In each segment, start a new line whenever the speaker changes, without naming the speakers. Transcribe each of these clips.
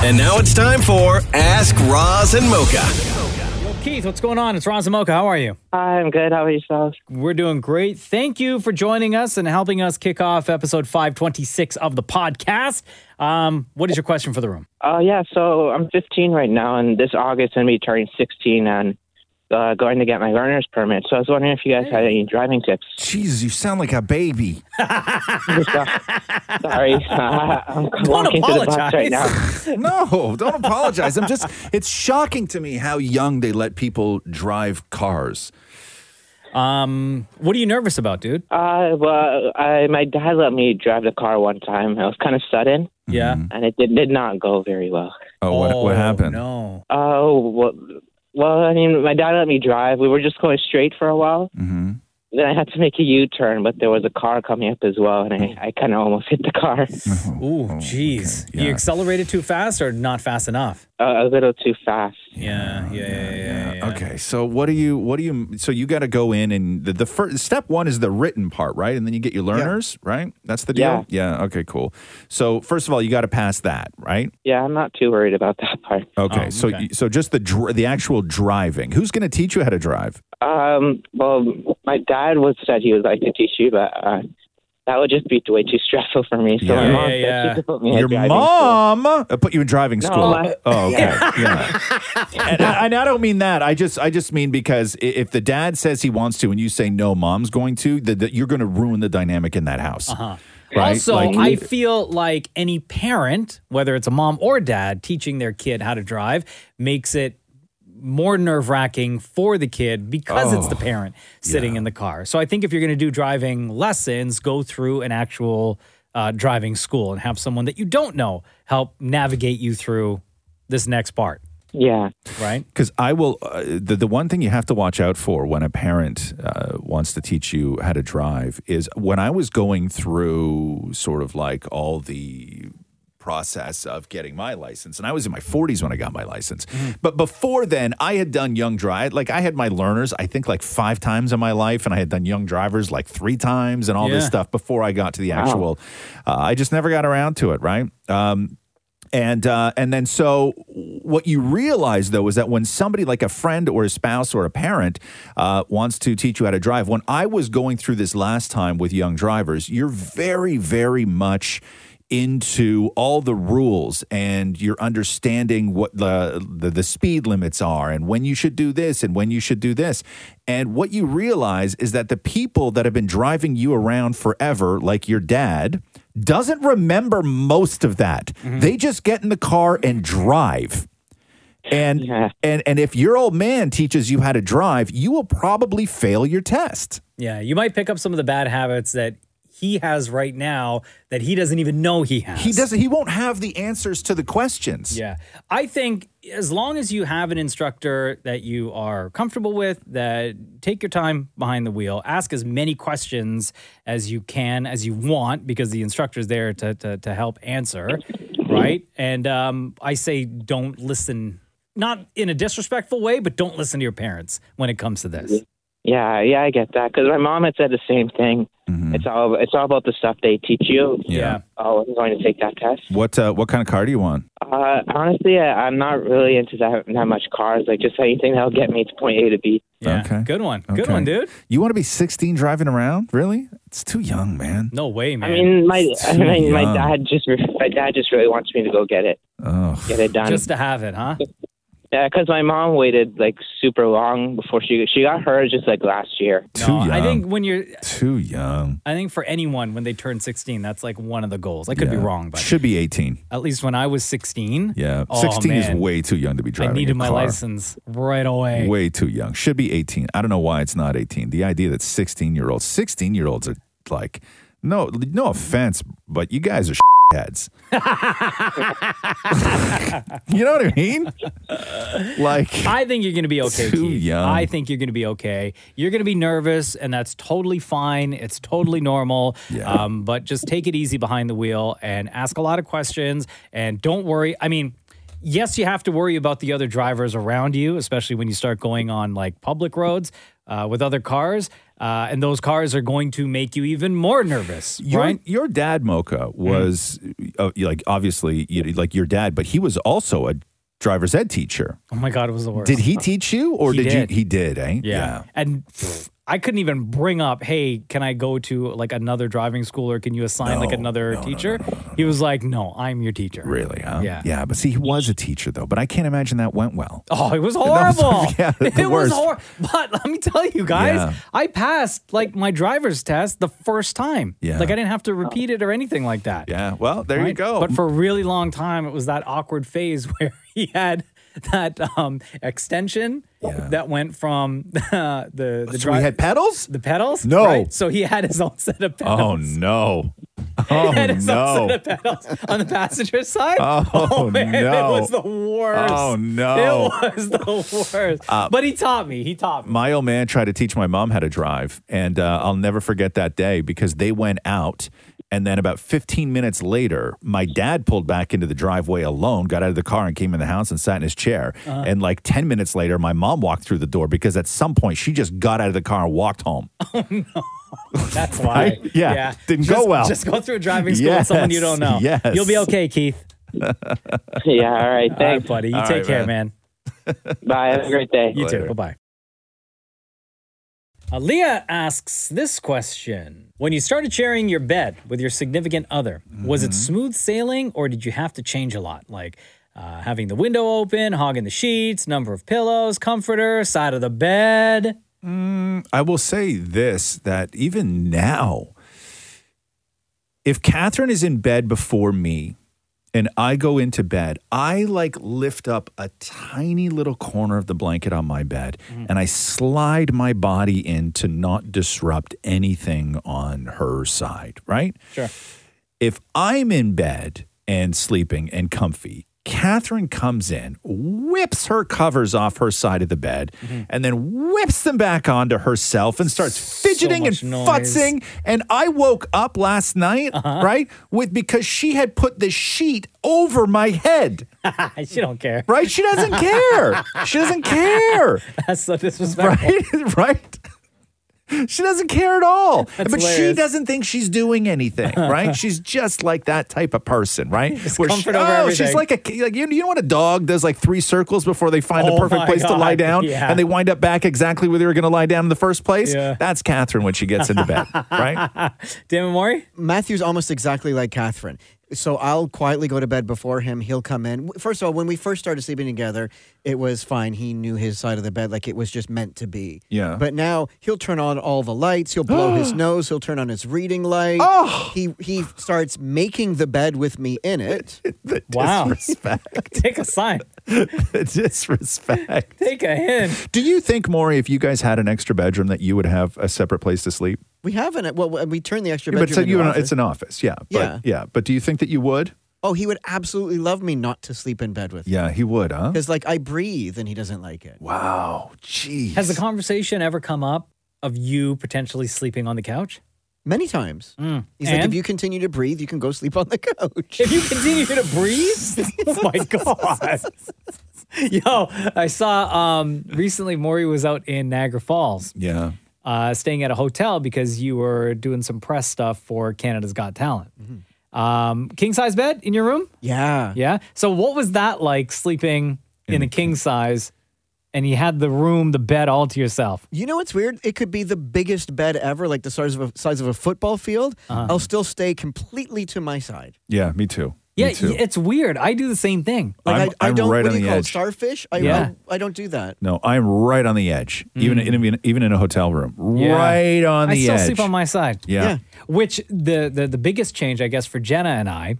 And now it's time for Ask Roz and Mocha.
Well, Keith, what's going on? It's Ron Zamoka. How are you?
I'm good. How are yourselves?
We're doing great. Thank you for joining us and helping us kick off episode 526 of the podcast. Um, what is your question for the room?
Uh, yeah, so I'm 15 right now, and this August I'm going to be turning 16 and uh, going to get my learner's permit. So I was wondering if you guys had any driving tips.
Jesus, you sound like a baby.
Sorry. I'm walking to the bus right now.
No, don't apologize. I'm just, it's shocking to me how young they let people drive cars.
Um, what are you nervous about, dude?
Uh, well, I, my dad let me drive the car one time. It was kind of sudden,
Yeah.
and it did, did not go very well.
Oh, Mm-hmm. what, what happened?
No.
Oh, well, well, I mean, my dad let me drive. We were just going straight for a while.
hmm
Then I had to make a U turn, but there was a car coming up as well, and I, I kind of almost hit the car
Ooh, jeez.
Oh, okay, yeah.
You accelerated too fast or not fast enough?
uh, a little too fast.
Yeah. Yeah. Yeah. Yeah. yeah, yeah.
Okay, so what do you, what do you, so you got to go in and the, the first, step one is the written part, right? And then you get your learners, right? That's the deal? yeah. Okay, cool. So first of all, you got to pass that, right?
Yeah, I'm not too worried about that part.
Okay,
Oh,
so
okay.
you- so just the dr- the actual driving. Who's going to teach you how to drive?
Um, well, my dad was said he would like to teach you, but uh, that would just be way too stressful for me. So
Yeah.
my mom
Yeah,
said
yeah.
she could put me in
Your
driving
mom uh, put you in driving
No,
school.
I-
oh, okay. Yeah. and, I, and I don't mean that. I just I just mean because i- if the dad says he wants to and you say no, mom's going to, that that you're going to ruin the dynamic in that house. Uh-huh. Right?
Also,
Like-
I feel like any parent, whether it's a mom or dad, teaching their kid how to drive makes it more nerve wracking for the kid because it's the
Oh,
parent sitting in the car. So I think if you're going to do driving lessons, go through an actual uh, driving school and have someone that you don't know help navigate you through this next part,
school. Yeah.
right?
Because I will, uh, the, the one thing you have to watch out for when a parent uh, wants to teach you how to drive is when I was going through sort of like all the process of getting my license, and I was in my 40s when I got my license. But before then, I had done young drive, like I had my learners, I think like five times in my life, and I had done young drivers like three times and all this
Yeah.
stuff before I got to the actual, uh, I just never got around to it, right? Um, and uh, and then so what you realize though is that when somebody like a friend or a spouse or a parent uh, wants to teach you how to drive, when I was going through this last time with young drivers, you're very very much into all the rules and you're understanding what the, the the speed limits are and when you should do this and when you should do this and what you realize is that the people that have been driving you around forever like your dad doesn't remember most of that.
Mm-hmm.
They just get in the car and drive. And
Yeah.
and and if your old man teaches you how to drive, you will probably fail your test.
Yeah, you might pick up some of the bad habits that he has right now that he doesn't even know he has.
He doesn't he won't have the answers to the questions.
Yeah. I think as long as you have an instructor that you are comfortable with, that take your time behind the wheel, ask as many questions as you can, as you want, because the instructor's there to, to, to help answer, right? And um, I say don't listen, not in a disrespectful way, but don't listen to your parents when it comes to this.
Yeah, yeah, I get that. Because my mom had said the same thing. It's all it's all about the stuff they teach you.
Yeah.
Oh, I'm going to take that test.
What uh, what kind of car do you want?
Uh, honestly, I, I'm not really into that that much cars. Like just anything that'll get me to point A to B.
Yeah.
Okay.
Good one. Good
Okay.
one, dude.
You want to be 16 driving around? Really? It's too young, man.
No way, man.
I mean, my I
too
mean, my
young.
dad just re- my dad just really wants me to go get it
Oh.
get it done.
just to have it, huh?
Yeah, because my mom waited like super long before she she got hers just like last year.
Too young.
I think when you're,
too young.
I think for anyone when they turn 16, that's like one of the goals. I could be
Yeah.
wrong, but
Should be 18.
at least when I was 16.
Yeah.
Oh,
16 is
man.
way too young to be
I
driving
needed
a
my
car.
license right away.
way too young. Should be 18. I don't know why it's not 18. The idea that 16 year olds, 16 year olds are like, no, no offense, but you guys are heads. you know what I mean? Like,
I think you're going to be okay.
Too
Keith.
young.
I think you're going to be okay. You're going to be nervous, and that's totally fine. It's totally normal.
Yeah.
Um, but just take it easy behind the wheel and ask a lot of questions and don't worry. I mean, yes, you have to worry about the other drivers around you, especially when you start going on like public roads uh, with other cars. Uh, and those cars are going to make you even more nervous,
Your,
right?
your dad, Mocha, was
Mm-hmm.
uh, like obviously you know, like your dad, but he was also a driver's ed teacher.
Oh my God, it was the worst.
Did he teach you, or
He
did,
did.
you? He did, eh?
Yeah. And pff, I couldn't even bring up, hey, can I go to like another driving school or can you assign like
No,
another teacher? He was like, no, I'm your teacher.
Really? Huh?
Yeah.
Yeah. But see, he was a teacher though, but I can't imagine that went well.
Oh, it was
was-
horrible.
yeah, the
it was
worst.
horrible. But let me tell you guys,
Yeah.
I passed like my driver's test the first time.
Yeah.
Like I didn't have to repeat it or anything like that.
Yeah. Well, there you
Right?
go.
But for a really long time, it was that awkward phase where he had that um, extension that went from uh, the the,
so we
dri-
had pedals.
the pedals.
No.
right? So he had his own set of pedals.
Oh no! Oh
had his
no!
own set of pedals on the passenger side.
Oh,
man,
no.
it was the worst.
Oh, no. Uh,
it was the worst. but he taught me. He taught me.
My old man tried to teach my mom how to drive, and uh, I'll never forget that day because they went out, and then about 15 minutes later, my dad pulled back into the driveway alone, got out of the car, and came in the house and sat in his chair.
Uh-huh.
And like 10 minutes later, my mom walked through the door because at some point she just got out of the car and walked home.
That's why.
Right? Yeah. Didn't go
Just-
well.
Just go through a driving school with someone you
Yes.
don't know.
Yes.
You'll be okay, Keith.
yeah, all right.
All right,
Thanks.
buddy. You
All
take
right,
care, man.
man.
Bye. Have a great day.
You
Later.
too. Bye bye. Aaliyah Uh, asks this question When you started sharing your bed with your significant other, was it smooth sailing or did you have to change a lot? Like uh, having the window open, hogging the sheets, number of pillows, comforter, side of the bed.
I will say this that even now, if Catherine is in bed before me and I go into bed, I like lift up a tiny little corner of the blanket on my bed and I slide my body in to not disrupt anything on her side, right?
Sure.
if I'm in bed and sleeping and comfy, Catherine comes in, whips her covers off her side of the bed,
Mm-hmm.
and then whips them back onto herself and starts fidgeting
much
and
noise. Uh-huh.
futzing. And I woke up last night, right, with because she had put the sheet over my head,
she don't care.
right? She doesn't care. she doesn't care
That's so disrespectful.
right? right? She doesn't care at all.
That's
but she
hilarious.
doesn't think she's doing anything, right? she's just like that type of person, right?
comfort over
oh,
everything.
she's like a like you, you know when a dog does like three circles before they find
Oh
the perfect
my
place to lie
God,
down
yeah.
and they wind up back exactly where they were going to lie down in the first place?
Yeah.
That's Catherine when she gets into bed, right?
Damon Mori?
Matthew's almost exactly like Catherine. So I'll quietly go to bed before him. He'll come in. First of all, when we first started sleeping together, it was fine. He knew his side of the bed, like it was just meant to be.
Yeah.
But now he'll turn on all the lights. He'll blow his nose. He'll turn on his reading light.
Oh.
He he starts making the bed with me in it.
The
Wow.
disrespect.
Take a sign.
the disrespect.
Take a hint.
Do you think, Maury, if you guys had an extra bedroom, that you would have a separate place to sleep?
We haven't. Well, we turned the extra
Yeah, but
bedroom.
it's, a,
into
you know,
office.
it's an office, yeah. But,
Yeah.
yeah. But do you think that you would?
oh, he would absolutely love me not to sleep in bed with. him.
Yeah, he would, huh?
Because like I breathe and he doesn't like it.
Wow, geez.
Has the conversation ever come up of you potentially sleeping on the couch?
Many times.
Mm.
He's like,
And?
if you continue to breathe, you can go sleep on the couch.
If you continue to breathe, oh my god. Yo, I saw um recently Maury was out in Niagara Falls,
yeah.
uh, staying at a hotel because you were doing some press stuff for Canada's Got Talent. Um, king size bed in your room?
yeah.
Yeah. So what was that like sleeping in, a king size and you had the room, the bed all to yourself?
You know what's weird? It could be the biggest bed ever, like the size of a, size of a football field.
Uh-huh.
I'll still stay completely to my side.
Yeah, me too.
Yeah,
me too.
it's weird. I do the same thing.
Like
I'm-
I, I
I'm
don't
right
what
on
do you
the
call
edge.
it? Starfish? I,
Yeah.
I, I don't do that.
no, I'm right on the edge. Even in, even in a hotel room,
Mm. Yeah.
right on the
I still
edge.
sleep on my side.
yeah.
Yeah.
Which the, the the biggest change, I guess, for Jenna and I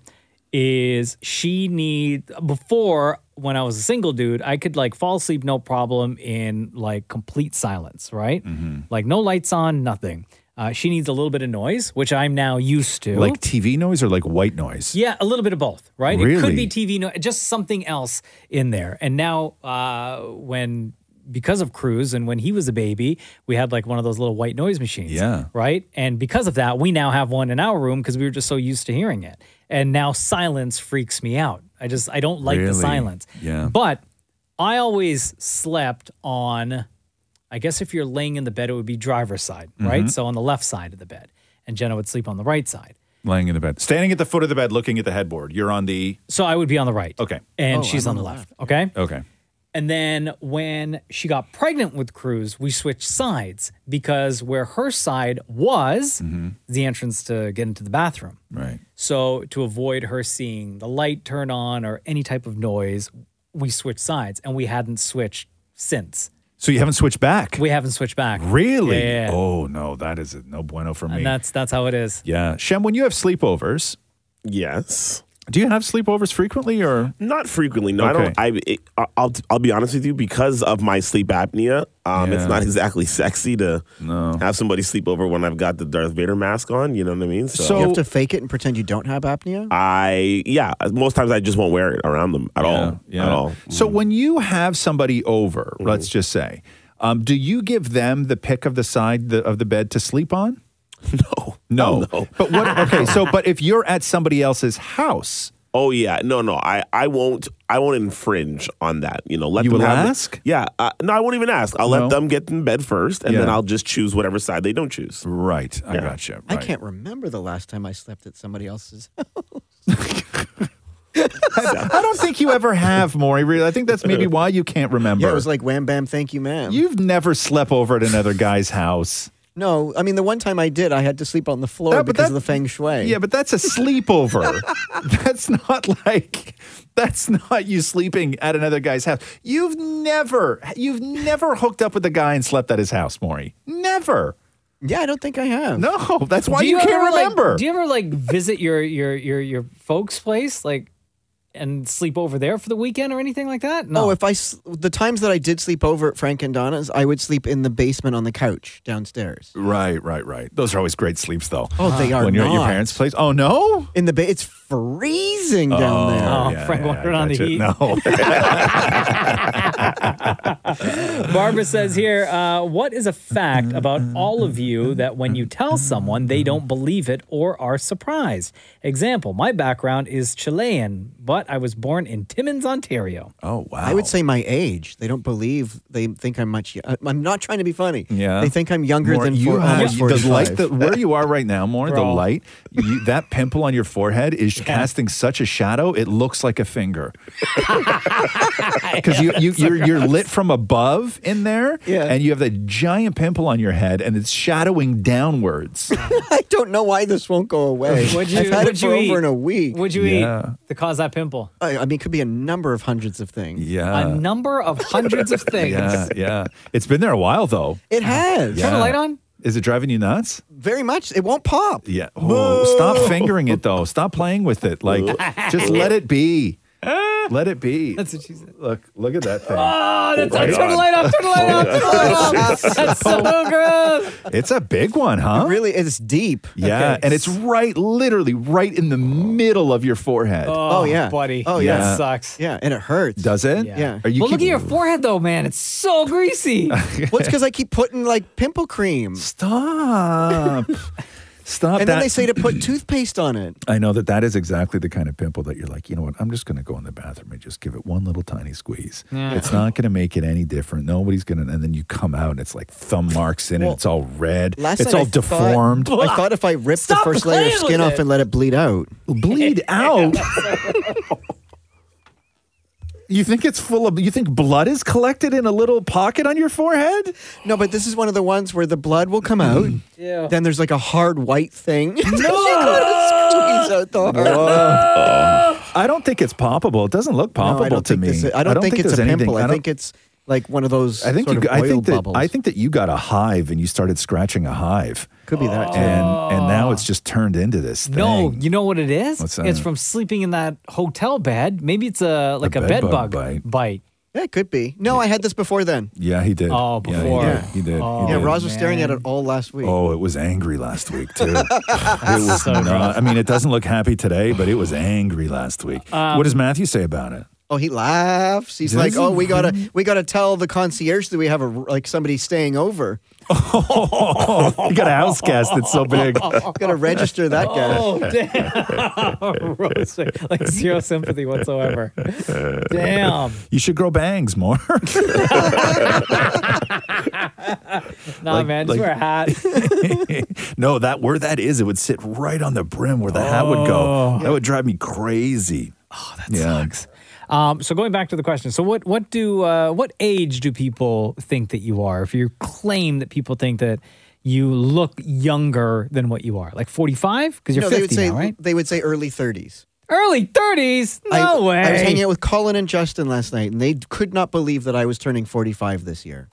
is she need before when I was a single dude, I could like fall asleep no problem in like complete silence, right? Like no lights on, nothing. Uh, she needs a little bit of noise, which I'm now used to.
Like TV noise or like white noise?
Yeah, a little bit of both, right? It could
Really?
be TV, no, just something else in there. And now, uh, when because of Cruz and when he was a baby, we had like one of those little white noise machines,
Yeah.
right? And because of that, we now have one in our room because we were just so used to hearing it. and now silence freaks me out. I just I don't like the
Really?
silence.
Yeah.
But I always slept on I guess if you're laying in the bed it would be driver's side,
Mm-hmm.
right? So on the left side of the bed. And Jenna would sleep on the right side.
Laying in the bed, standing at the foot of the bed, looking at the headboard. You're on the
So I would be on the right.
okay,
And
Oh,
she's
I'm
on the left. Okay?
okay.
And then when she got pregnant with Cruz, we switched sides because where her side was
Mm-hmm.
is the entrance to get into the bathroom.
Right.
So to avoid her seeing the light turn on or any type of noise, we switched sides and we hadn't switched since.
So you haven't switched back.
We haven't switched back.
really?
Yeah.
Oh no, that is a no bueno for me.
And that's that's how it is.
yeah, Shem. When you have sleepovers,
Yes.
do you have sleepovers frequently or?
Not frequently. No,
Okay.
I don't. I it, I- I'll I'll be honest with you because of my sleep apnea. Um,
Yeah.
it's not exactly sexy to
No.
have somebody sleep over when I've got the Darth Vader mask on. You know what I mean? So,
So-
You have to fake it and pretend you don't have apnea.
I yeah, most times I just won't wear it around them at all.
Yeah, yeah.
At all. Mm-hmm.
So when you have somebody over, let's just say, um, do you give them the pick of the side the, of the bed to sleep on? No.
No. Oh, no.
But what? Okay. So, but if you're at somebody else's house,
Oh yeah, no, no, I, I won't, I won't infringe on that. You know, let
You
them
will
have it.
ask?
Yeah, uh, no, I won't even ask. I'll
No?
let them get in bed first, and then
Yeah.
I'll just choose whatever side they don't choose.
right? I gotcha.
I
right.
can't remember the last time I slept at somebody else's.
I don't think you ever have, Maury. Really, I think that's maybe why you can't remember.
yeah, it was like wham bam, thank you, ma'am.
You've never slept over at another guy's house.
no, I mean the one time I did, I had to sleep on the floor
Yeah, but
because of
that-
the feng shui.
Yeah, but that's a sleepover. that's not like that's not you sleeping at another guy's house. You've never you've never hooked up with a guy and slept at his house, Maury. Never.
yeah, I don't think I have.
No, that's why
Do
you, can't
ever, like-
remember.
do you ever like visit your your your your folks' place like and sleep over there for the weekend or anything like that? No.
Oh, if I s- the times that I did sleep over at Frank and Donna's, I would sleep in the basement on the couch downstairs.
right, right, right. Those are always great sleeps though.
Oh, they are
when you're at your
not.
parents' place. Oh no.
In the ba- it's freezing down there.
Oh, Frank wandered on the
gotcha.
heat.
No.
Barbara says here, uh, what is a fact about all of you that when you tell someone, they don't believe it or are surprised? Example, my background is Chilean, but I was born in Timmins, Ontario.
oh wow.
I would say my age. They don't believe. They think I'm much. y- I'm not trying to be funny.
Yeah.
They think I'm younger
More-
than
you
four,
have-
almost
the light
45.
that where you are right now, more the
Bro.
light. You, that pimple on your forehead is casting such a shadow; it looks like a finger. Because you, you you're you're lit from above in there,
Yeah.
and you have that giant pimple on your head, and it's shadowing downwards.
I don't know why this won't go away.
Would you,
I've had it
would
for
you eat,
over in a week.
Would you
Yeah.
eat to cause that pimple?
I, I mean, it could be a number of hundreds of things.
a
Yeah,
number of hundreds of things.
yeah, yeah. It's been there a while though.
It has
Turn the
Yeah.
light on.
Is it driving you nuts?
very much. It won't pop.
Yeah. Oh, stop fingering it though. Stop playing with it. Like, just let it be. Let it be.
That's what she said.
Look, look at that thing.
Oh, that's,
my
turn the
God.
light off. Turn the light off. Turn the light off. That's so gross.
It's a big one, huh?
It really, it's deep.
Yeah,
Okay.
and it's right, literally right in the middle of your forehead.
Oh, yeah.
buddy.
Oh,
yeah.
that sucks.
Yeah, and it hurts.
Does it?
Yeah.
Are you
well, look at
keep-
your forehead though, man. It's so greasy.
Well, it's because I keep putting like pimple cream,
Stop. Stop
and
that.
then they say to put toothpaste on it.
I know that that is exactly the kind of pimple that you're like, you know what? I'm just going to go in the bathroom and just give it one little tiny squeeze. It's not going to make it any different. Nobody's going to. And then you come out and it's like thumb marks in it.
Well,
It's all red.
Last
it's
night
all
I
deformed.
Thought, I thought if I ripped
Stop
the first layer of
playing with
skin off
it.
and let it bleed out.
bleed out. you think it's full of you think blood is collected in a little pocket on your forehead?
No, but this is one of the ones where the blood will come out.
Mm.
Yeah.
Then there's like a hard white thing. No! you gotta squeeze out the hard.
I don't think it's poppable. It doesn't look poppable
No, I don't
to
think
me.
this is- I don't, think, it's
there's
a
anything-
pimple. I,
don't-
think it's like one of those
I think
sort
you,
of
I
oil
think that
bubbles.
I think that you got a hive and you started scratching a hive.
could be that too.
And and now it's just turned into this thing.
Ah. No, you know what it is?
What's
It's
that?
from sleeping in that hotel bed. Maybe it's a like a,
bed
bed,
bug
bug,
bite.
bite.
Yeah, it could be. No, I had this before then.
yeah, he did.
Oh,
Yeah, he
before. Oh,
did. he did. He
Yeah,
did.
Roz was staring at it all last week.
Oh, it was angry last week too. it was not. I mean, it doesn't look happy today, but it was angry last week. what does Matthew say about it?
Oh, he laughs. He's
Does
like,
he
"Oh, we gotta, we gotta tell the concierge that we have a like somebody staying over.
Oh, you got a house guest that's so big.
Gotta register that guy."
Oh, damn. Roasting. Like zero sympathy whatsoever. Damn.
You should grow bangs more.
Nah, man, just
like-
wear a hat.
no, that where that is, it would sit right on the brim where the hat would go. That would drive me crazy. Oh, that sucks.
Um, so going back to the question, so what what do uh, what age do people think that you are? If you claim that people think that you look younger than what you are, like forty five, because you're
No, they would
fifty
say
now, right?
they would say early thirties.
Early thirties? No
I,
way.
I was hanging out with Colin and Justin last night, and they could not believe that I was turning 45 this year.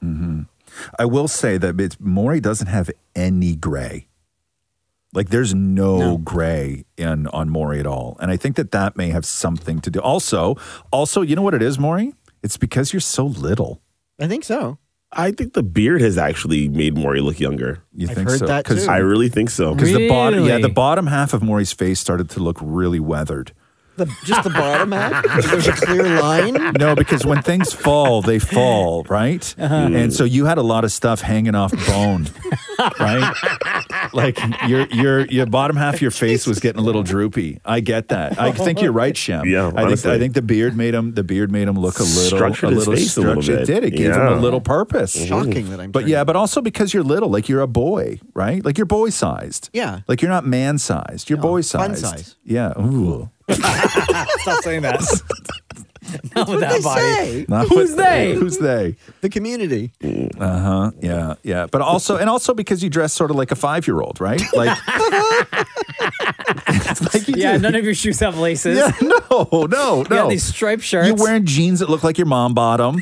I will say that it's, Maury doesn't have any gray. Like there's no, gray in on Maury at all, and I think that that may have something to do. Also, also, you know what it is, Maury? It's because you're so little.
I think so.
I think the beard has actually made Maury look younger.
You
I've
think
heard
so?
that too.
I really think so.
because the bottom, yeah,
Really?
the bottom half of Maury's face started to look really weathered.
The, just the bottom half. There's a clear line.
No, because when things fall, they fall, right?
Uh-huh.
And so you had a lot of stuff hanging off bone, right? Like your your your bottom half of your face was getting a little droopy. I get that. I think you're right, Shem.
Yeah,
I think
honestly.
I think the beard made him the beard made him look a little
Structured
a
his
little
face a little
structured. It
bit.
did. It gave him
Yeah. Mm-hmm.
a little purpose.
Shocking that I'm.
But
turning-
yeah, but also because you're little, like you're a boy, right? Like you're boy sized.
Yeah.
Like you're not man sized. You're
No,
boy
fun
sized.
size.
Yeah. Ooh.
Stop saying that. Not with
They
that body.
say
Not
Who's
what-
they?
Who's they?
the community.
Yeah, yeah, but also and also because you dress sort of like a five year old, right? Like, It's like you
Yeah,
do.
none of your shoes have laces.
yeah, no, no, no.
You have these striped shirts.
You're wearing jeans that look like your mom bottom,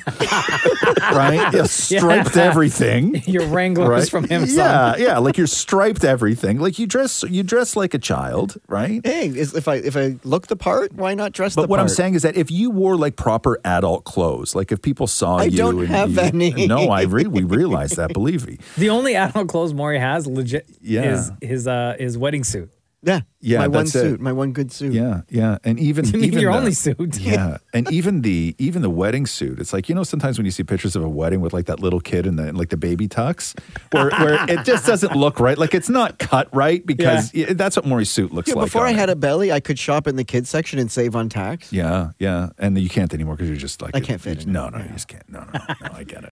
right? You striped everything.
your Wranglers
Right?
from him.
yeah, yeah, like you're striped everything. Like you dress, you dress like a child, right?
Hey, is, if I if I look the part, why not dress the
But what I'm
part?
saying is that if you wore like proper adult clothes, like if people saw
I
you,
don't
and
have
you-
any.
No, I re- we realize that. Believe me.
The only adult clothes Maury has legit
Yeah.
is his uh his wedding suit.
yeah,
Yeah,
my one
that's it.
suit, my one good suit.
Yeah, yeah, and even
You mean
even
your
the-
only suit?
yeah, and even the even the wedding suit. It's like you know sometimes when you see pictures of a wedding with like that little kid and the like the baby tux, where where it just doesn't look right. Like it's not cut right because yeah, that's what Maury's suit looks
Yeah,
like.
before
on
I had
it.
a belly, I could shop in the kids section and save on tax.
Yeah, yeah, and you can't anymore because you're just like
I can't fit in it.
No, no, you just can't. No, no, no, I get it.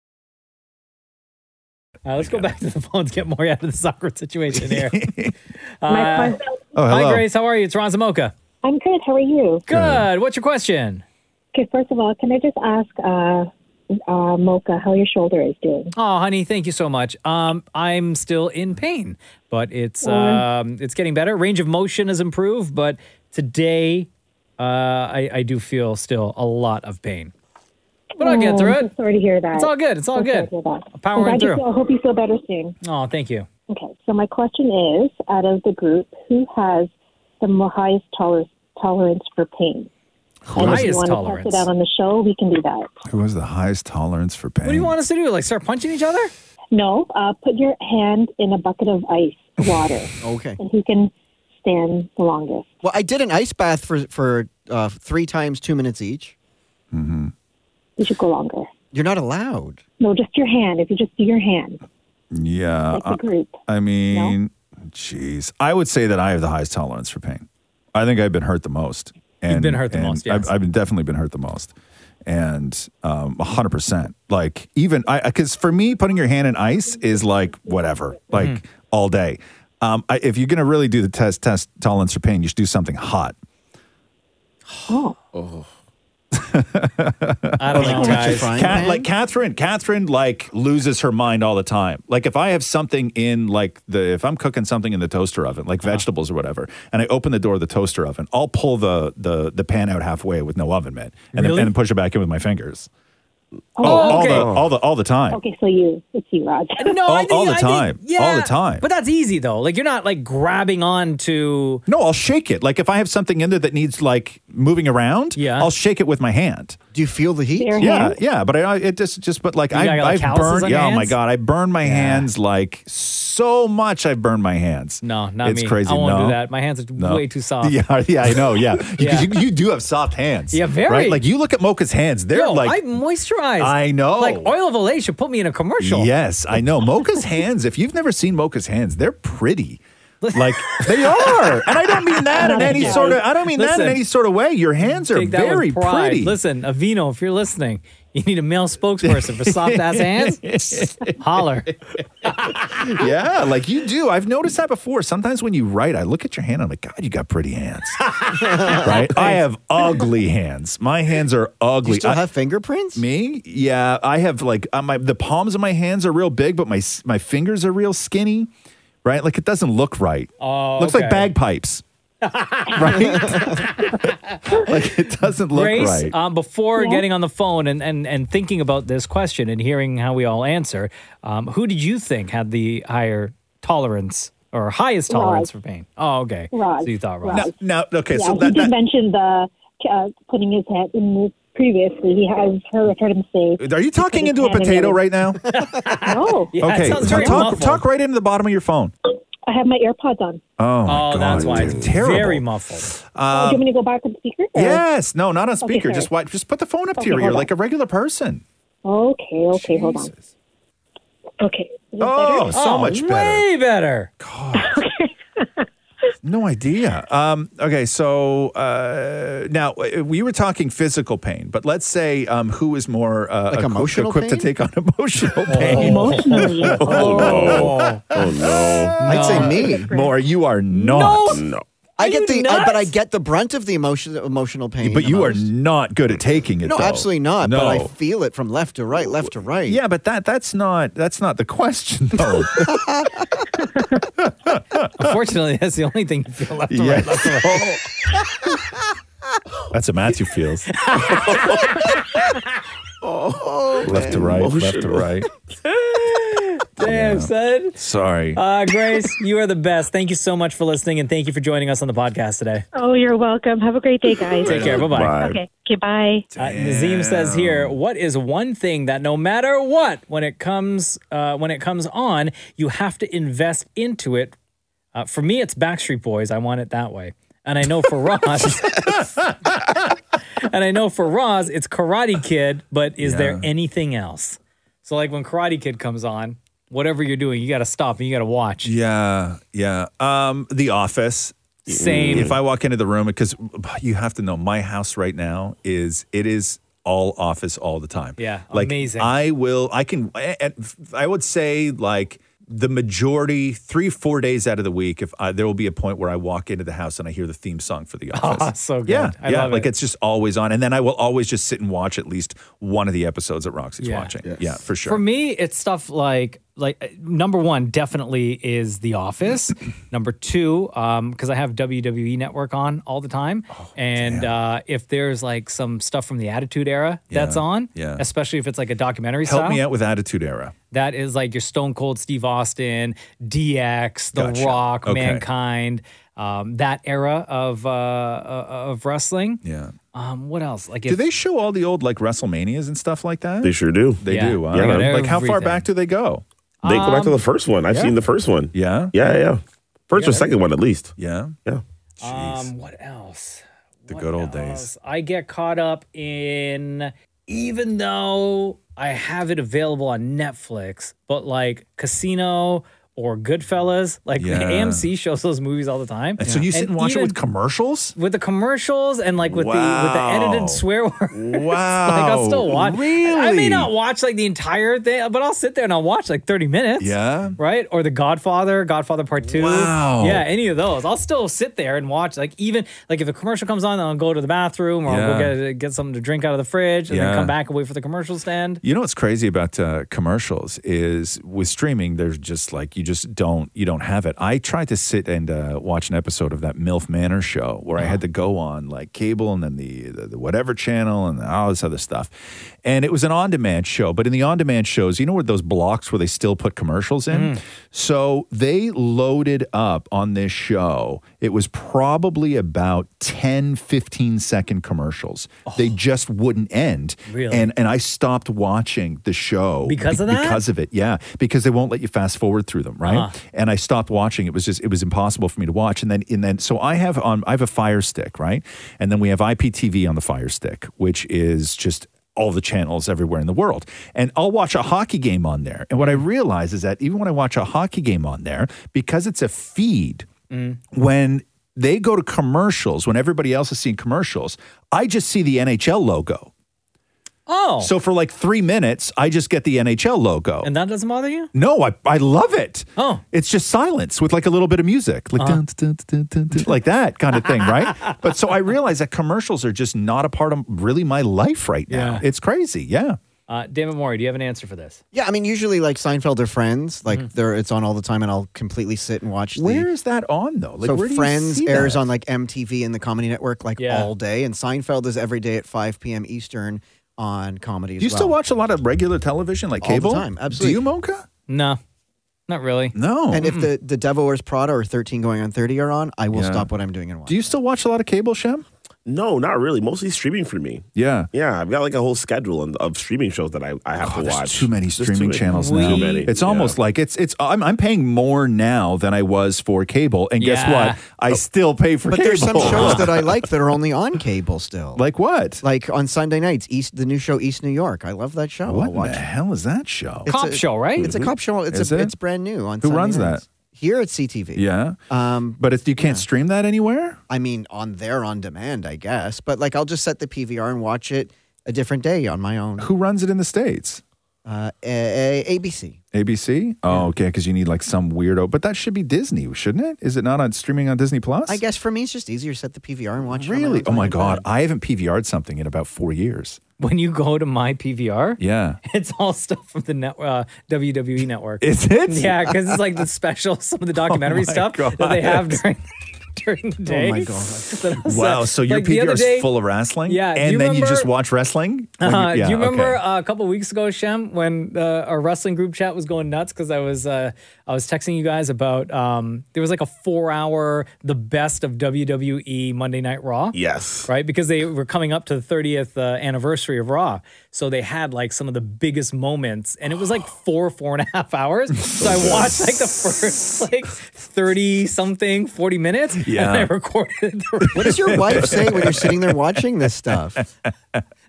Uh, let's go back to the phone to get Maury out of this awkward situation here.
My
Uh,
question-
Oh, hello.
Hi, Grace. How are you? It's Ron Zamoka.
I'm good. How are you?
Good. What's your question?
Okay, first of all, can I just ask uh, uh, Mocha how your shoulder is doing?
Oh, honey, thank you so much. Um, I'm still in pain, but it's um, it's getting better. Range of motion has improved, but today uh, I, I do feel still a lot of pain. But I'll get
Oh,
through
I'm
it.
so sorry to hear that.
It's all good. It's all
So sorry
good.
to hear that.
I'll power
I'm
it
glad you
through.
feel- I hope you feel better soon.
Oh, thank you.
Okay, so my question is, out of the group, who has the mo- highest toler- tolerance for pain? and if you
Highest
want to
tolerance.
test it out on the show, we can do that.
Who has the highest tolerance for pain?
What do you want us to do? Like start punching each other?
No, uh, put your hand in a bucket of ice water,
Okay.
and who can stand the longest?
Well, I did an ice bath for for uh, three times two minutes each.
You should go longer.
You're not allowed.
No, just your hand. If you just do your hand,
Yeah, uh,
like the group.
I mean, jeez, I would say that I have the highest tolerance for pain. I think I've been hurt the most. And,
been hurt the
and
most,
I've,
yes.
I've been definitely been hurt the most, and um, hundred percent. Like even I, because for me, putting your hand in ice is like whatever, like
Mm-hmm.
all day. Um, I, if you're gonna really do the test, test tolerance for pain, you should do something hot.
Oh,
I don't know,
Touch your
guys.
frying
Cat,
pan.
like Catherine, Catherine like loses her mind all the time. Like if I have something in like the if I'm cooking something in the toaster oven, like
Uh-huh.
vegetables or whatever, and I open the door of the toaster oven, I'll pull the the the pan out halfway with no oven mitt and
Really?
then and push it back in with my fingers. Oh,
okay.
all the all the all the time.
okay. So you, it's you, Rod.
No,
All-
I think,
all the
I think-
time.
yeah,
All the time.
But that's easy though. Like you're not like grabbing on to.
No, I'll shake it. Like if I have something in there that needs like moving around,
Yeah.
I'll shake it with my hand.
Do you feel the heat?
Your
Yeah,
hands?
yeah, but I, it just, just, but like
Mm-hmm. You
I,
got, like,
I've
calluses
burned.
on
Yeah,
your
oh my
hands?
god, I burned my hands like so much. I've burned my hands.
No, not
it's
me.
crazy.
I won't
no.
do that. My hands are
No.
way too soft.
Yeah, yeah, I know. Yeah, because you,
Yeah.
you do have soft hands.
Yeah, very.
Right? Like you look at Mocha's hands; they're
Yo,
like
I moisturize.
I know.
Like oil of Olay should put me in a commercial.
Yes, I know. Mocha's hands, if you've never seen Mocha's hands, they're pretty. Like they are. And I don't mean that in any
Yeah.
sort of I don't mean that
Listen.
in any sort of way. Your hands are
Take that
very
with pride.
pretty.
Listen, Avino, if you're listening, you need a male spokesperson for soft ass hands. Holler.
Yeah, like you do. I've noticed that before. Sometimes when you write, I look at your hand, I'm like, God, you got pretty hands. right? I have ugly hands. My hands are
Do you
ugly.
still
I-
have fingerprints?
me? Yeah, I have like uh, my the palms of my hands are real big, but my s- my fingers are real skinny, right? Like it doesn't look right.
Oh,
looks like
okay.
bagpipes, right? like it doesn't look
Grace,
right.
um, before getting on the phone and, and, and thinking about this question and hearing how we all answer, um, who did you think had the higher tolerance or highest tolerance for pain? Oh, okay.
Raj.
So you thought Ross.
Raj.
no, no, okay,
Yeah,
so
he
that,
did
that
mention the uh, putting his hand in the previously. He has heard, heard him say, "Oh,
are you talking
his
into a
hand in the
potato
other-
right now?
"No,
Yeah, it
okay,
sounds
so
very
talk
muffled.
talk right into the bottom of your phone.
I have my AirPods on."
Oh, my
Oh,
God,
that's why
dude,
it's
terrible.
very muffled.
Oh, do you want me to go back on speaker? or-
Yes, no, not on speaker.
sorry.
just why, just put the phone up to
Okay,
your ear
hold on.
like a regular person.
Okay. Okay. Hold on.
Jesus.
Okay. Is it
Oh,
better?
so
Oh,
much better.
Way better.
No idea. Um, okay, so uh, now uh, we were talking physical pain, but let's say um, who is more uh,
Like
equi-
emotional
equipped to
pain?
take on emotional pain?
Emotionally.
Oh,
Oh no,
I'd say me.
More, you are not.
no.
no.
I
you
get the, I, but I
nuts?
get the brunt of the emotion, emotional pain.
But
the
you are
most.
not good at taking it.
no,
though.
absolutely not. But I
No.
feel it from left to right, left to right.
yeah, but that that's not that's not the question though.
Unfortunately, that's the only thing you feel left to
Yeah.
right, left to right.
that's what Matthew feels. left to right, left to
Emotional.
right.
Damn, son.
Sorry.
Uh, Grace, you are the best. Thank you so much for listening and thank you for joining us on the podcast today.
Oh, you're welcome. Have a great day, guys.
Take care. Bye bye.
Bye.
Okay. Okay. Bye.
Uh, Nazim says here, what is one thing that no matter what, when it comes uh, when it comes on, you have to invest into it. Uh, for me, it's Backstreet Boys. I want it that way, and I know for Roz, and I know for Roz, it's Karate Kid. But is there anything else? So, like when Karate Kid comes on, whatever you're doing, you got to stop and you got to watch.
yeah, yeah. Um, the office.
Same.
if I walk into the room, because you have to know, my house right now is it is all office all the time.
Yeah,
like
amazing.
I will, I can, and I would say like the majority, three four days out of the week, if I, there will be a point where I walk into the house and I hear the theme song for the office.
so good.
Yeah,
I
yeah,
love
like
it.
it's just always on, and then I will always just sit and watch at least one of the episodes that Roxy's
Yeah.
watching. Yeah, for sure.
For me, it's stuff like like uh, number one definitely is The Office. number two, because I have WWE Network on all the time,
Oh,
and uh, if there's like some stuff from the Attitude Era that's
Yeah,
on,
yeah.
especially if it's like a documentary
Help
style,
me out with Attitude Era.
that is like your Stone Cold Steve Austin, DX, The
Gotcha.
Rock,
Okay.
Mankind, um, that era of uh, uh, of wrestling.
Yeah.
Um, what else? Like,
Do
if,
they show all the old like WrestleManias and stuff like that?
They sure do.
They
Yeah.
do. Huh?
Yeah.
Like how far
Everything.
back do they go?
They go back to the first one. I've seen the first one.
Um, Yeah.
yeah, yeah. First or second one at least.
Yeah.
Yeah.
um, what else?
The good old days.
else? I get caught up in even though I have it available on Netflix, but like Casino or Goodfellas, like
Yeah.
AMC shows those movies all the time.
And so you sit and, watch it
even
with commercials?
with the commercials and like with the with the
Wow.
edited swear words.
Wow.
like I'll still watch.
Really?
I may not watch like the entire thing, but I'll sit there and I'll watch like 30 minutes.
Yeah.
Right? Or The Godfather, Godfather Part 2.
Wow.
Yeah, any of those. I'll still sit there and watch like even like if a commercial comes on, then I'll go to the bathroom or I'll
Yeah.
go get get something to drink out of the fridge and
Yeah.
then come back and wait for the commercial stand.
You know what's crazy about uh, commercials is with streaming, there's just like you just don't you don't have it. I tried to sit and uh, watch an episode of that MILF Manor show where I had to go on like cable and then the, the, the whatever channel and all this other stuff, and it was an on demand show. But in the on demand shows, you know where those blocks where they still put commercials in, so they loaded up on this show. It was probably about 10, 15 second commercials. They just wouldn't end,
Really?
and and I stopped watching the show
Because of that? Uh-huh.
because of it. Yeah, because they won't let you fast forward through them, right? And I stopped watching. It was just it was impossible for me to watch. And then and then so I have on I have a Fire Stick, right? And then we have IPTV on the Fire Stick, which is just all the channels everywhere in the world. And I'll watch a hockey game on there. And what I realize is that even when I watch a hockey game on there, because it's a feed,
Mm.
when they go to commercials, when everybody else is seeing commercials, I just see the NHL logo.
Oh,
So for like three minutes, I just get the NHL logo.
and that doesn't bother you?
No, I, I love it.
Oh. Uh-huh.
It's just silence with like a little bit of music, like, dun, dun, dun, dun, dun, like that kind of thing, right? But so I realized that commercials are just not a part of really my life right now.
Yeah.
It's crazy. Yeah.
Uh, David Morey, do you have an answer for this?
Yeah, I mean, usually like Seinfeld or Friends, like there it's on all the time, and I'll completely sit and watch.
Mm. Where
the,
is that on though? Like,
so
where do you
Friends
see
airs
that?
on like MTV and the Comedy Network like
Yeah.
all day, and Seinfeld is every day at 5 p.m. Eastern on comedy.
Do you
as
still
well.
watch a lot of regular television, like
All the
cable?
time, absolutely.
Do you, Mocha?
No, not really.
No.
And if the the Devil Wears Prada or 13 Going on 30 are on, I will
Yeah.
stop what I'm doing and watch.
do you still watch a lot of cable, Shem?
No, not really. Mostly streaming for me.
Yeah.
Yeah, I've got like a whole schedule on- of streaming shows that I, I have
Oh,
to
there's
watch.
Too many
There's
streaming channels
We-
now.
Too many,
It's
yeah.
almost like it's it's. I'm, I'm paying more now than I was for cable, and guess
Yeah.
what? I still pay for
Oh. but
cable.
there's some shows that I like that are only on cable still.
like what?
like on Sunday nights, East the new show East New York. I love that show.
what
I'll oh, watch
in the
it.
hell is that show?
It's
Cop
a-
show, right?
It's a cop show. It's
Is
a,
it?
it's brand new on
Who
Sunday
runs
nights.
that?
Here at CTV.
yeah,
Um,
but it's, you can't stream that anywhere.
I mean, on there on demand, I guess. But like, I'll just set the PVR and watch it a different day on my own.
Who runs it in the states?
Uh, a- a- ABC.
ABC. Oh, okay, because you need like some weirdo. But that should be Disney, shouldn't it? Is it not on streaming on Disney Plus?
I guess for me, it's just easier to set the PVR and watch. It on
Really?
own
Oh my
time.
God! I haven't PVR'd something in about four years.
When you go to my PVR,
Yeah.
it's all stuff from the net, uh, WWE network.
Is it?
Yeah, because it's like the special, some of the documentary
Oh my
stuff that they
God. Oh
have during during the day.
my God.
That I was
Wow.
like-
So your
like the
PVR
other
is
day-
full of wrestling.
Yeah, do
And
you
then you Uh-huh,
remember-
just watch wrestling. When
Uh,
yeah,
do you remember
okay.
uh, a couple weeks ago, Shem, when uh, our wrestling group chat was going nuts because I was uh, I was texting you guys about um, there was like a four hour the best of WWE Monday Night Raw.
Yes.
Right, because they were coming up to the 30th uh, anniversary of Raw, so they had like some of the biggest moments, and it was like four, four and a half hours. So I watched like the first like 30 something, 40 minutes,
Yeah.
and I recorded the
What does your wife say when you're sitting there watching this stuff?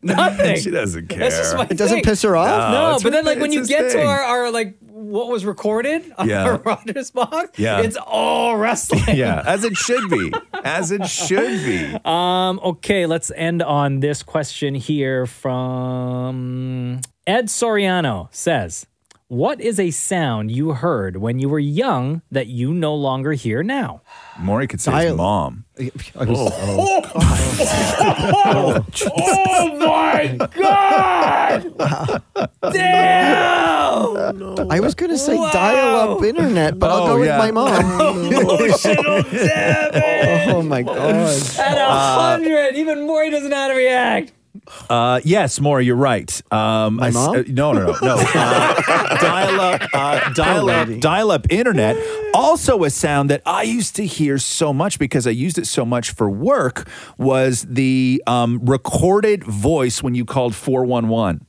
nothing.
She doesn't care.
That's just my
It doesn't
thing.
piss her off.
Oh, No,
Uh, it's
but then
her-
like when
it's
you
his
get to
thing.
our, our like what was recorded on
Yeah.
our Rogers box,
Yeah.
it's all wrestling.
yeah, as it should be. As it should be.
Um, okay, let's end on this question here from Ed Soriano says, "What is a sound you heard when you were young that you no longer hear now?"
Maury could say his
Dial-
mom.
I was-
Oh my god! Damn!
I was going to say dial up internet, but I'll
Oh,
go with
yeah.
my mom. oh my God.
At a hundred, even Maury doesn't know how to react.
Uh, yes, Maury, you're right. Um, My
mom?
no, no, no, no. Uh, dial up, uh, dial up, dial up internet. Also, a sound that I used to hear so much because I used it so much for work was the um, recorded voice when you called 411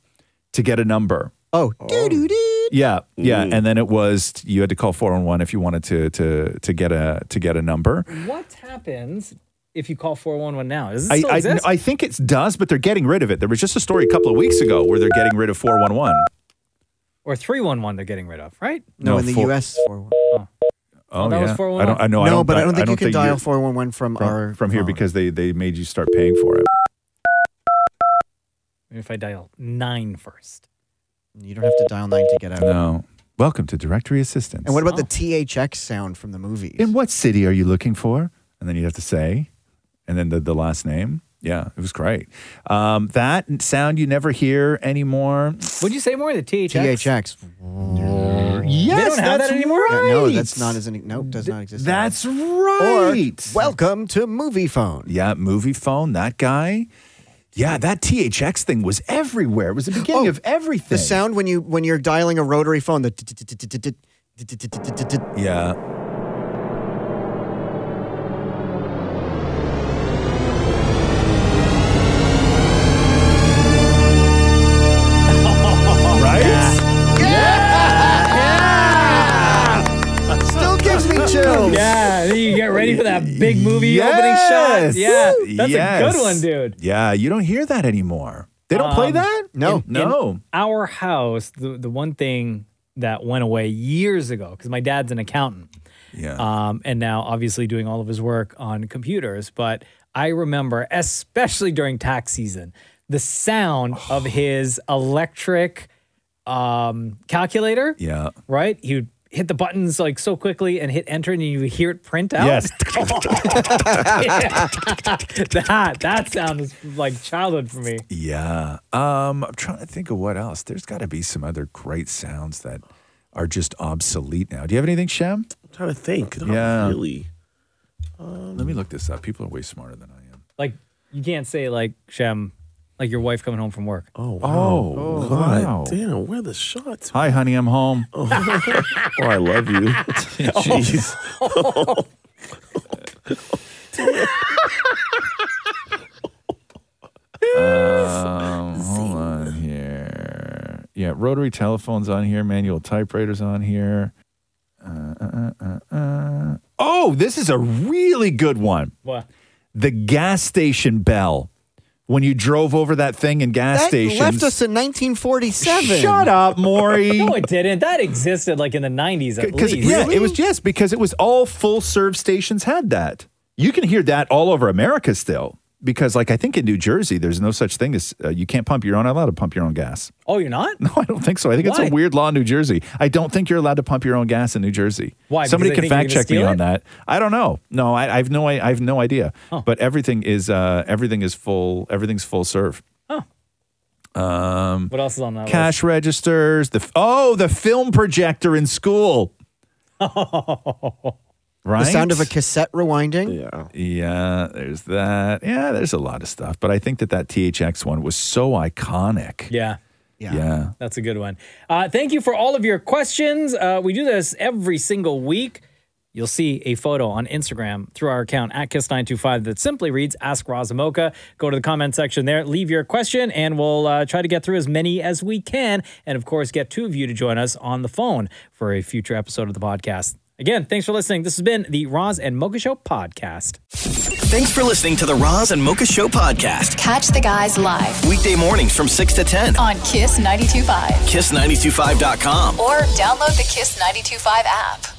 to get a number.
Oh, doo doo doo.
Yeah, yeah, and then it was you had to call 411 if you wanted to to to get a to get a number.
What happens if you call 411 now? Does it
I,
still
I,
exist?
I think it does, but they're getting rid of it. There was just a story a couple of weeks ago where they're getting rid of 411.
or 311 they're getting rid of, right?
No,
No,
in the
four-
U.S. 411.
Oh,
that was
yeah.
411.
I don't, I know.
No,
I don't,
but I don't think you can dial
you-
411 from, our.
from, from here
phone.
because they, they made you start paying for it.
If I dial 9 first.
You don't have to dial 9 to get out.
No. Welcome to directory assistance.
And what about the
Oh.
THX sound from the movies?
In what city are you looking for? And then you have to say, and then the, the last name. Yeah, it was great. Um, that sound you never hear anymore.
What'd you say more? The THX?
THX.
Yes,
they don't have
that's
that anymore.
right.
Yeah, no, that's not as an nope, does not exist. anymore.
That's right.
Or welcome to movie phone.
yeah, movie phone, that guy. Yeah, that THX thing was everywhere. It was the beginning
Oh,
of everything.
The sound when you when you're dialing a rotary phone. The t- t- t- t- t- t- t- t- t- t- t- t-
Yeah. right?
still gives me chills.
Yeah, then you get ready for that big movie
Yes.
opening shot. Yeah, that's a
Yes.
good one, dude.
Yeah, you don't hear that anymore. They don't play
Um,
that?
No.
no.
Our house, the the one thing that went away years ago because my dad's an accountant.
yeah.
um, and now obviously doing all of his work on computers. But I remember, especially during tax season, the sound of his electric um, calculator.
yeah.
Right, he would hit the buttons like so quickly and hit enter, and you would hear it print out.
Yes.
that that sound is like childhood for me.
Yeah. Um, I'm trying to think of what else. There's got to be some other great sounds that are just obsolete now. Do you have anything, Shem?
I'm trying to think. Not
Yeah.
Really.
Let me look this up. People are way smarter than I am.
Like you can't say like Shem, like your wife coming home from work.
Oh, wow.
Oh,
God
wow.
damn, where are the shots?
Hi, honey. I'm home.
Oh, I love you.
Oh.
Jeez.
Um, hold on here. Yeah, rotary telephones on here, manual typewriters on here. Uh, uh, uh, uh, uh. Oh, this is a really good one.
What?
The gas station bell. When you drove over that thing in gas
That
stations.
left us in 1947.
Shut up, Maury.
No, it didn't. That existed like in the nineties at
Because
least.
yeah, it was yes, because it was all full serve stations had that. You can hear that all over America still. Because like I think in New Jersey, there's no such thing as uh, you can't pump your own. I'm allowed to pump your own gas.
Oh, you're not?
No, I don't think so. I think
Why?
it's a weird law in New Jersey. I don't think you're allowed to pump your own gas in New Jersey.
Why?
Somebody can
Because they think
fact
you're
check me
gonna
on
steal
that. I don't know. No, I, I've no I, I've no idea. But everything is uh, everything is full. Everything's full serve.
Oh, What else is on that list?
Mm. Cash registers. The f- oh, the film projector in school. right.
The sound of a cassette rewinding.
yeah.
Yeah, there's that. Yeah, there's a lot of stuff, but I think that that THX one was so iconic.
Yeah.
Yeah.
That's a good one. Uh, thank you for all of your questions. Uh, we do this every single week. You'll see a photo on Instagram through our account at Kiss925 that simply reads Ask Razamoka. Go to the comment section there, leave your question, and we'll uh, try to get through as many as we can. And of course, get two of you to join us on the phone for a future episode of the podcast. Again, thanks for listening. This has been the Roz and Mocha Show podcast.
Thanks for listening to the Roz and Mocha Show podcast.
Catch the guys live
Weekday mornings from 6 to 10 on
on Kiss 92.5
kiss925.com.
or download the Kiss 92.5 app.